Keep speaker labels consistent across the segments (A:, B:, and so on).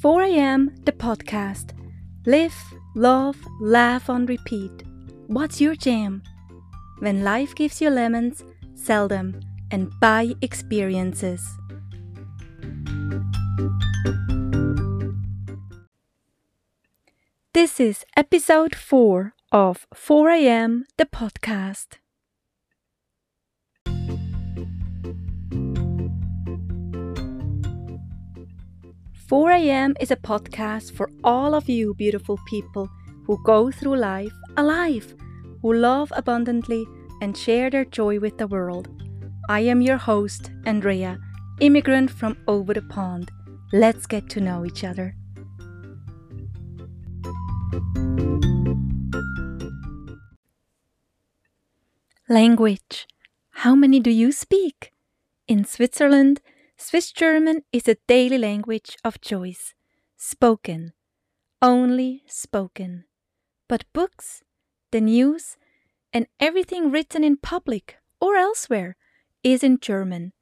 A: 4 a.m., the podcast. Live, love, laugh on repeat. What's your jam? When life gives you lemons, sell them and buy experiences. This is episode 4 of 4 a.m., the podcast. Four a.m. is a podcast for all of you beautiful people who go through life alive, who love abundantly and share their joy with the world. I am your host, Andrea, immigrant from over the pond. Let's get to know each other. Language. How many do you speak? In Switzerland, Swiss German is a daily language of choice, spoken, only spoken. But books, the news, and everything written in public or elsewhere is in German.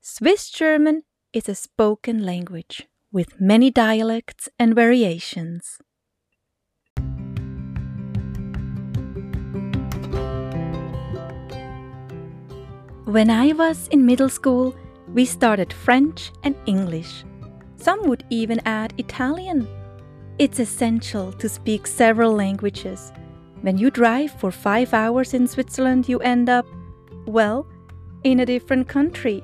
A: Swiss German is a spoken language with many dialects and variations. When I was in middle school, we started French and English. Some would even add Italian. It's essential to speak several languages. When you drive for five hours in Switzerland, you end up, well, in a different country.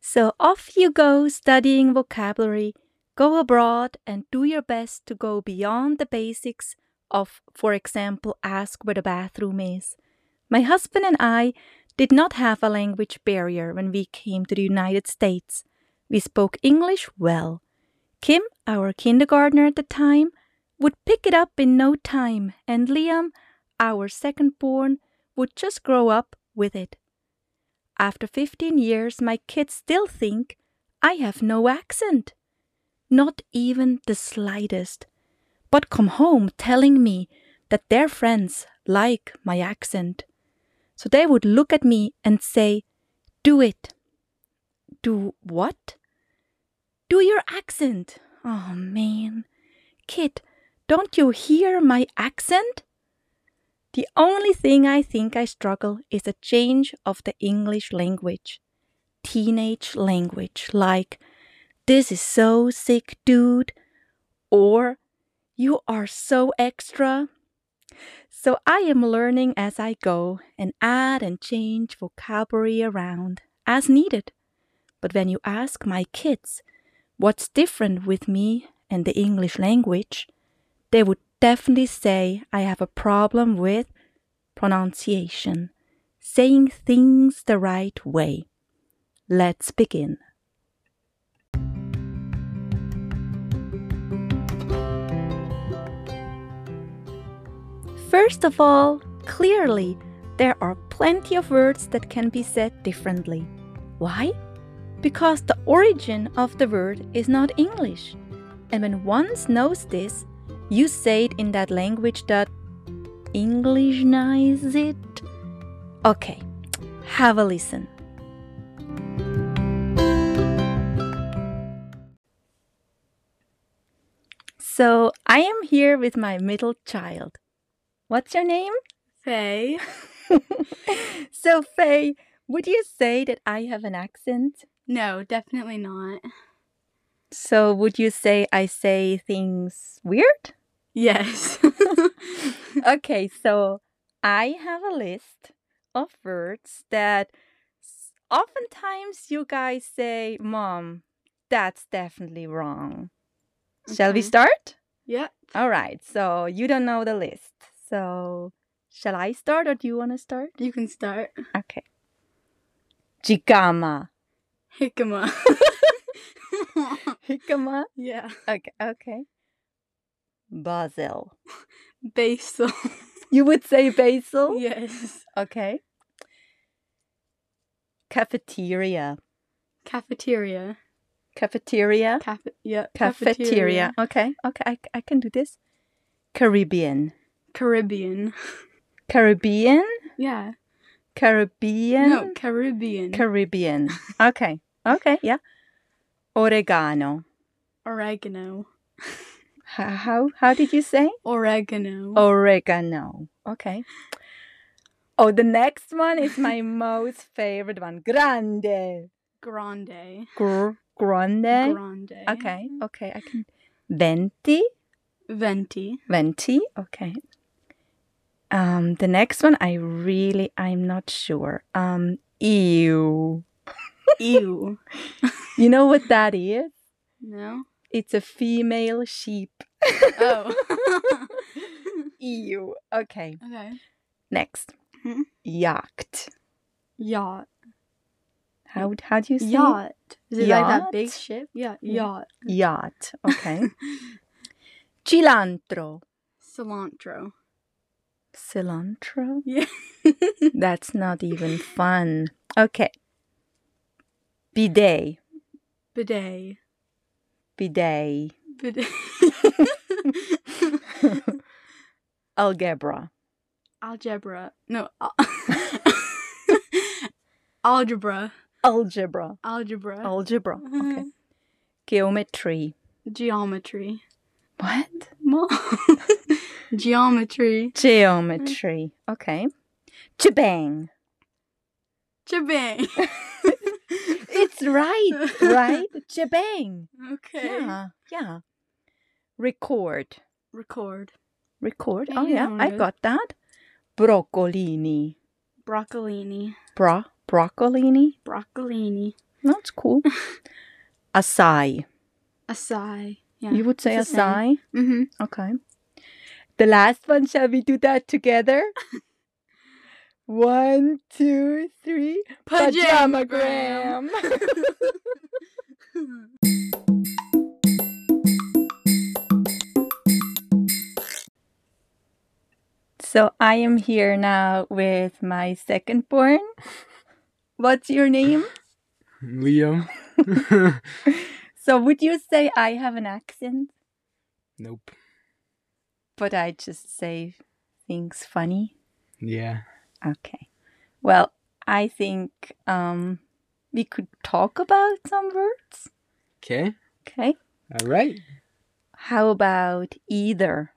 A: So off you go studying vocabulary, go abroad, and do your best to go beyond the basics of, for example, ask where the bathroom is. My husband and I did not have a language barrier when we came to the United States. We spoke English well. Kim, our kindergartner at the time, would pick it up in no time, and Liam, our second born, would just grow up with it. After 15 years, my kids still think I have no accent. Not even the slightest but come home telling me that their friends like my accent. So they would look at me and say, Do it. Do what? Do your accent. Oh man. Kid, don't you hear my accent? The only thing I think I struggle is a change of the English language. Teenage language, like, This is so sick, dude. Or, you are so extra. So I am learning as I go and add and change vocabulary around as needed. But when you ask my kids what's different with me and the English language, they would definitely say I have a problem with pronunciation, saying things the right way. Let's begin. First of all, clearly, there are plenty of words that can be said differently. Why? Because the origin of the word is not English. And when one knows this, you say it in that language that Englishnize it. Okay, have a listen. So, I am here with my middle child. What's your name?
B: Faye.
A: so, Faye, would you say that I have an accent?
B: No, definitely not.
A: So, would you say I say things weird?
B: Yes.
A: okay, so I have a list of words that s- oftentimes you guys say, Mom, that's definitely wrong. Shall we
B: Okay.
A: start?
B: yep.
A: All right, so you don't know the list. So, shall I start or do you want to start?
B: You can start.
A: Okay. Jikama.
B: Hickama.
A: Jikama.
B: yeah.
A: Okay. Okay. Basil.
B: Basil.
A: You would say basil?
B: yes.
A: Okay. Cafeteria.
B: Cafeteria.
A: Cafeteria.
B: Cafe- yep.
A: Cafeteria. Okay. Okay. I, I can do this. Caribbean.
B: Caribbean.
A: Caribbean.
B: Yeah.
A: Caribbean?
B: No, Caribbean.
A: Caribbean. Okay. Okay. Yeah. Oregano.
B: oregano.
A: H- How how did you say?
B: Oregano.
A: Oh. Oregano. Mm-hmm. Okay. Oh, the next one is my most favorite one. Grande.
B: Grande.
A: Gr- grande. Mm-hmm.
B: Grande.
A: Okay. Okay. I can. Venti.
B: Venti.
A: Venti. Okay. Um, the next one I really I'm not sure. Um, ew.
B: Ew.
A: You know what that is?
B: No?
A: It's a female sheep.
B: Oh.
A: Ew. Okay. Mm-hmm.
B: okay.
A: Next.
B: Mhm.
A: Yacht.
B: Yacht.
A: How how do you say it?
B: Yacht. Is it like that big
A: Yacht?
B: ship? Yeah.
A: Yeah.
B: Yacht.
A: Yacht. Okay. Cilantro.
B: Cilantro.
A: Cilantro?
B: Yeah.
A: That's not even fun. Okay. Bidet.
B: Bidet.
A: Bidet.
B: Bidet.
A: Algebra.
B: Algebra. No. al- Algebra.
A: Algebra.
B: Algebra.
A: Algebra. Okay.
B: Mhm.
A: Geometry.
B: Geometry.
A: What?
B: Mom. Geometry.
A: Geometry. Okay. Jabang.
B: Jabang.
A: It's right, right? Jabang.
B: okay.
A: Yeah, yeah. Record.
B: Record.
A: Record.
B: Yeah,
A: Oh,
B: you
A: yeah,
B: know
A: I
B: it.
A: got that. Broccolini.
B: Broccolini.
A: Bra broccolini.
B: Broccolini.
A: That's cool. Acai.
B: Acai. Yeah.
A: You would say
B: it's the
A: acai?
B: mm-hmm.
A: Okay. The last one, shall we do that together? one, two, three. Pajamagram. So I am here now with my second born. What's your name?
C: Liam.
A: So would you say I have an accent,
C: nope.
A: but I just say things funny?
C: Yeah.
A: Okay. Well, I think um, we could talk about some words.
C: Okay.
A: Okay.
C: All right.
A: How about either?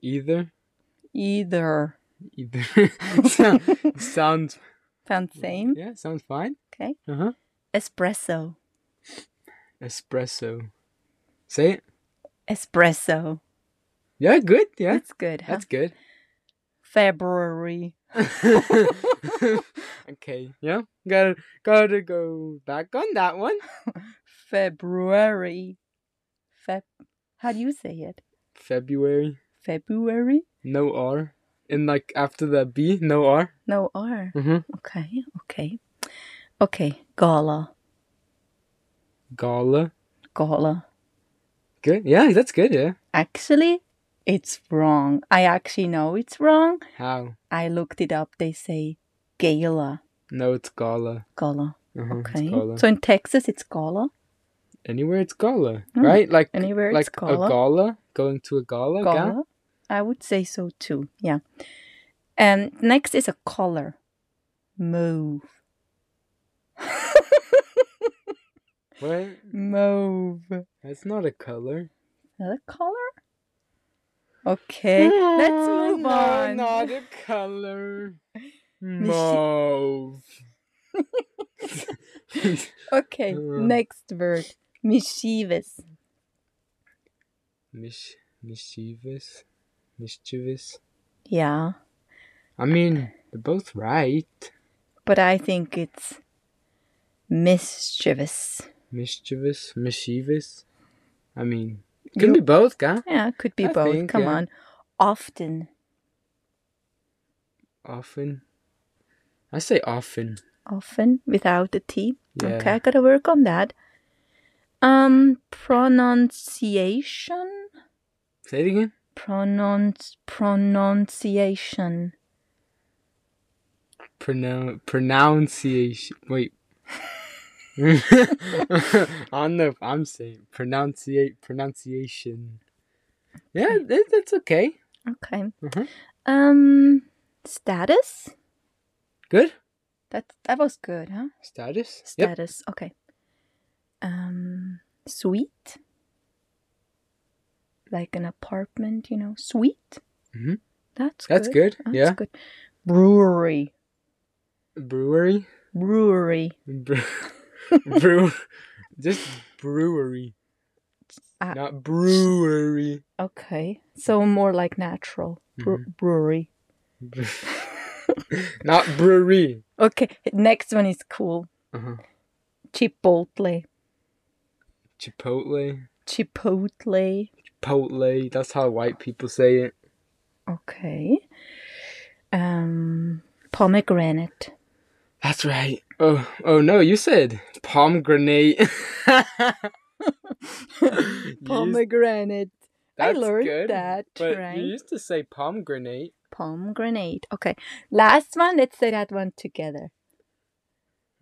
C: Either.
A: Either.
C: Either. So- sounds.
A: Sound same?
C: Mm,
A: Uh-huh.
C: Yeah. Sounds fine.
A: Okay.
C: Uh huh.
A: Espresso.
C: Espresso. Say it.
A: Espresso.
C: Yeah. Good. Yeah.
A: That's good. Huh?
C: That's good.
A: February.
C: okay. Yeah. Gotta gotta go back on that one.
A: February. Feb. How do you say it?
C: February.
A: February?
C: No R. And like after the B, no R.
A: No R.
C: Mm-hmm.
A: Okay, okay. Okay, gala.
C: Gala.
A: Gala.
C: Good. Yeah. That's good. Yeah.
A: Actually, it's wrong. I actually know it's wrong.
C: How?
A: I looked it up. They say gala.
C: No, it's gala.
A: Gala.
C: Uh-huh, it's
A: Okay.
C: gala.
A: So in Texas, it's gala.
C: anywhere it's gala,
A: Mm.
C: right? Like
A: Anywhere
C: like
A: it's gala.
C: a gala, going to a gala, ga-
A: Gala. I would say so too. Yeah. And next is a color. Mauve.
C: What?
A: Mauve.
C: That's not a color.
A: Another color? Okay, let's
C: Oh,
A: move
C: no,
A: on.
C: not a color. Mauve.
A: Okay,
C: Uh.
A: next word. Mischievous.
C: Mis- mischievous, mischievous.
A: Yeah,
C: I mean, they're both right.
A: but I think it's mischievous.
C: Mischievous, mischievous. I mean, it can
A: You-
C: be both, guy.
A: Yeah, it could be
C: I
A: both.
C: think,
A: Come
C: yeah.
A: on. Often.
C: Often. I say often.
A: Often without the T.
C: Yeah.
A: Okay, I gotta work on that. Um pronunciation?
C: Say it again.
A: Pronounce pronunciation.
C: pronoun pronunciation. Wait. On the I'm saying pronunciate pronunciation. Yeah, that, that's okay.
A: Okay.
C: Mhm.
A: Um status?
C: Good?
A: That that was good, huh?
C: Status? Yep.
A: Status. Okay. Um, suite. Like an apartment, you know, suite.
C: Mhm.
A: That's
C: That's good,
A: That's
C: yeah.
A: good. Brewery.
C: Brewery?
A: Brewery.
C: Bre- brew. Just brewery.
A: Ah.
C: Not brewery.
A: Okay, so more like natural Bre- brewery.
C: Not brewery.
A: Okay, next one is cool.
C: Uh-huh.
A: Chipotle.
C: Chipotle.
A: Chipotle.
C: Chipotle. That's how white people say it.
A: Okay. Um, pomegranate.
C: That's right. Oh, oh no, you said pomegranate. Pomegranate.
A: Pomegranate. I learned that,
C: but
A: right?
C: You used to say pomegranate.
A: Pomegranate. Okay, last one. Let's say that one together.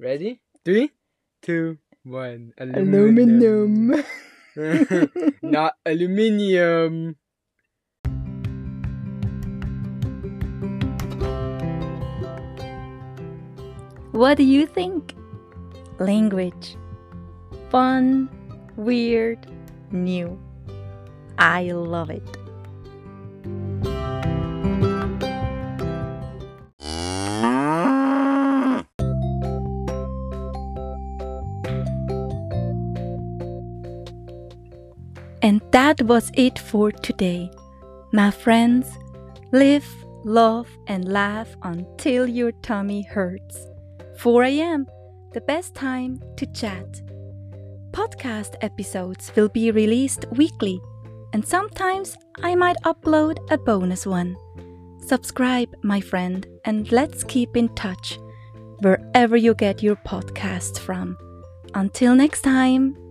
C: Ready? Three, two, one.
A: Aluminum.
C: Not aluminium.
A: What do you think? Language. Fun, weird, new. I love it. And that was it for today. My friends, live, love, and laugh until your tummy hurts. 4 a.m., the best time to chat. Podcast episodes will be released weekly, and sometimes I might upload a bonus one. Subscribe, my friend, and let's keep in touch wherever you get your podcasts from. Until next time.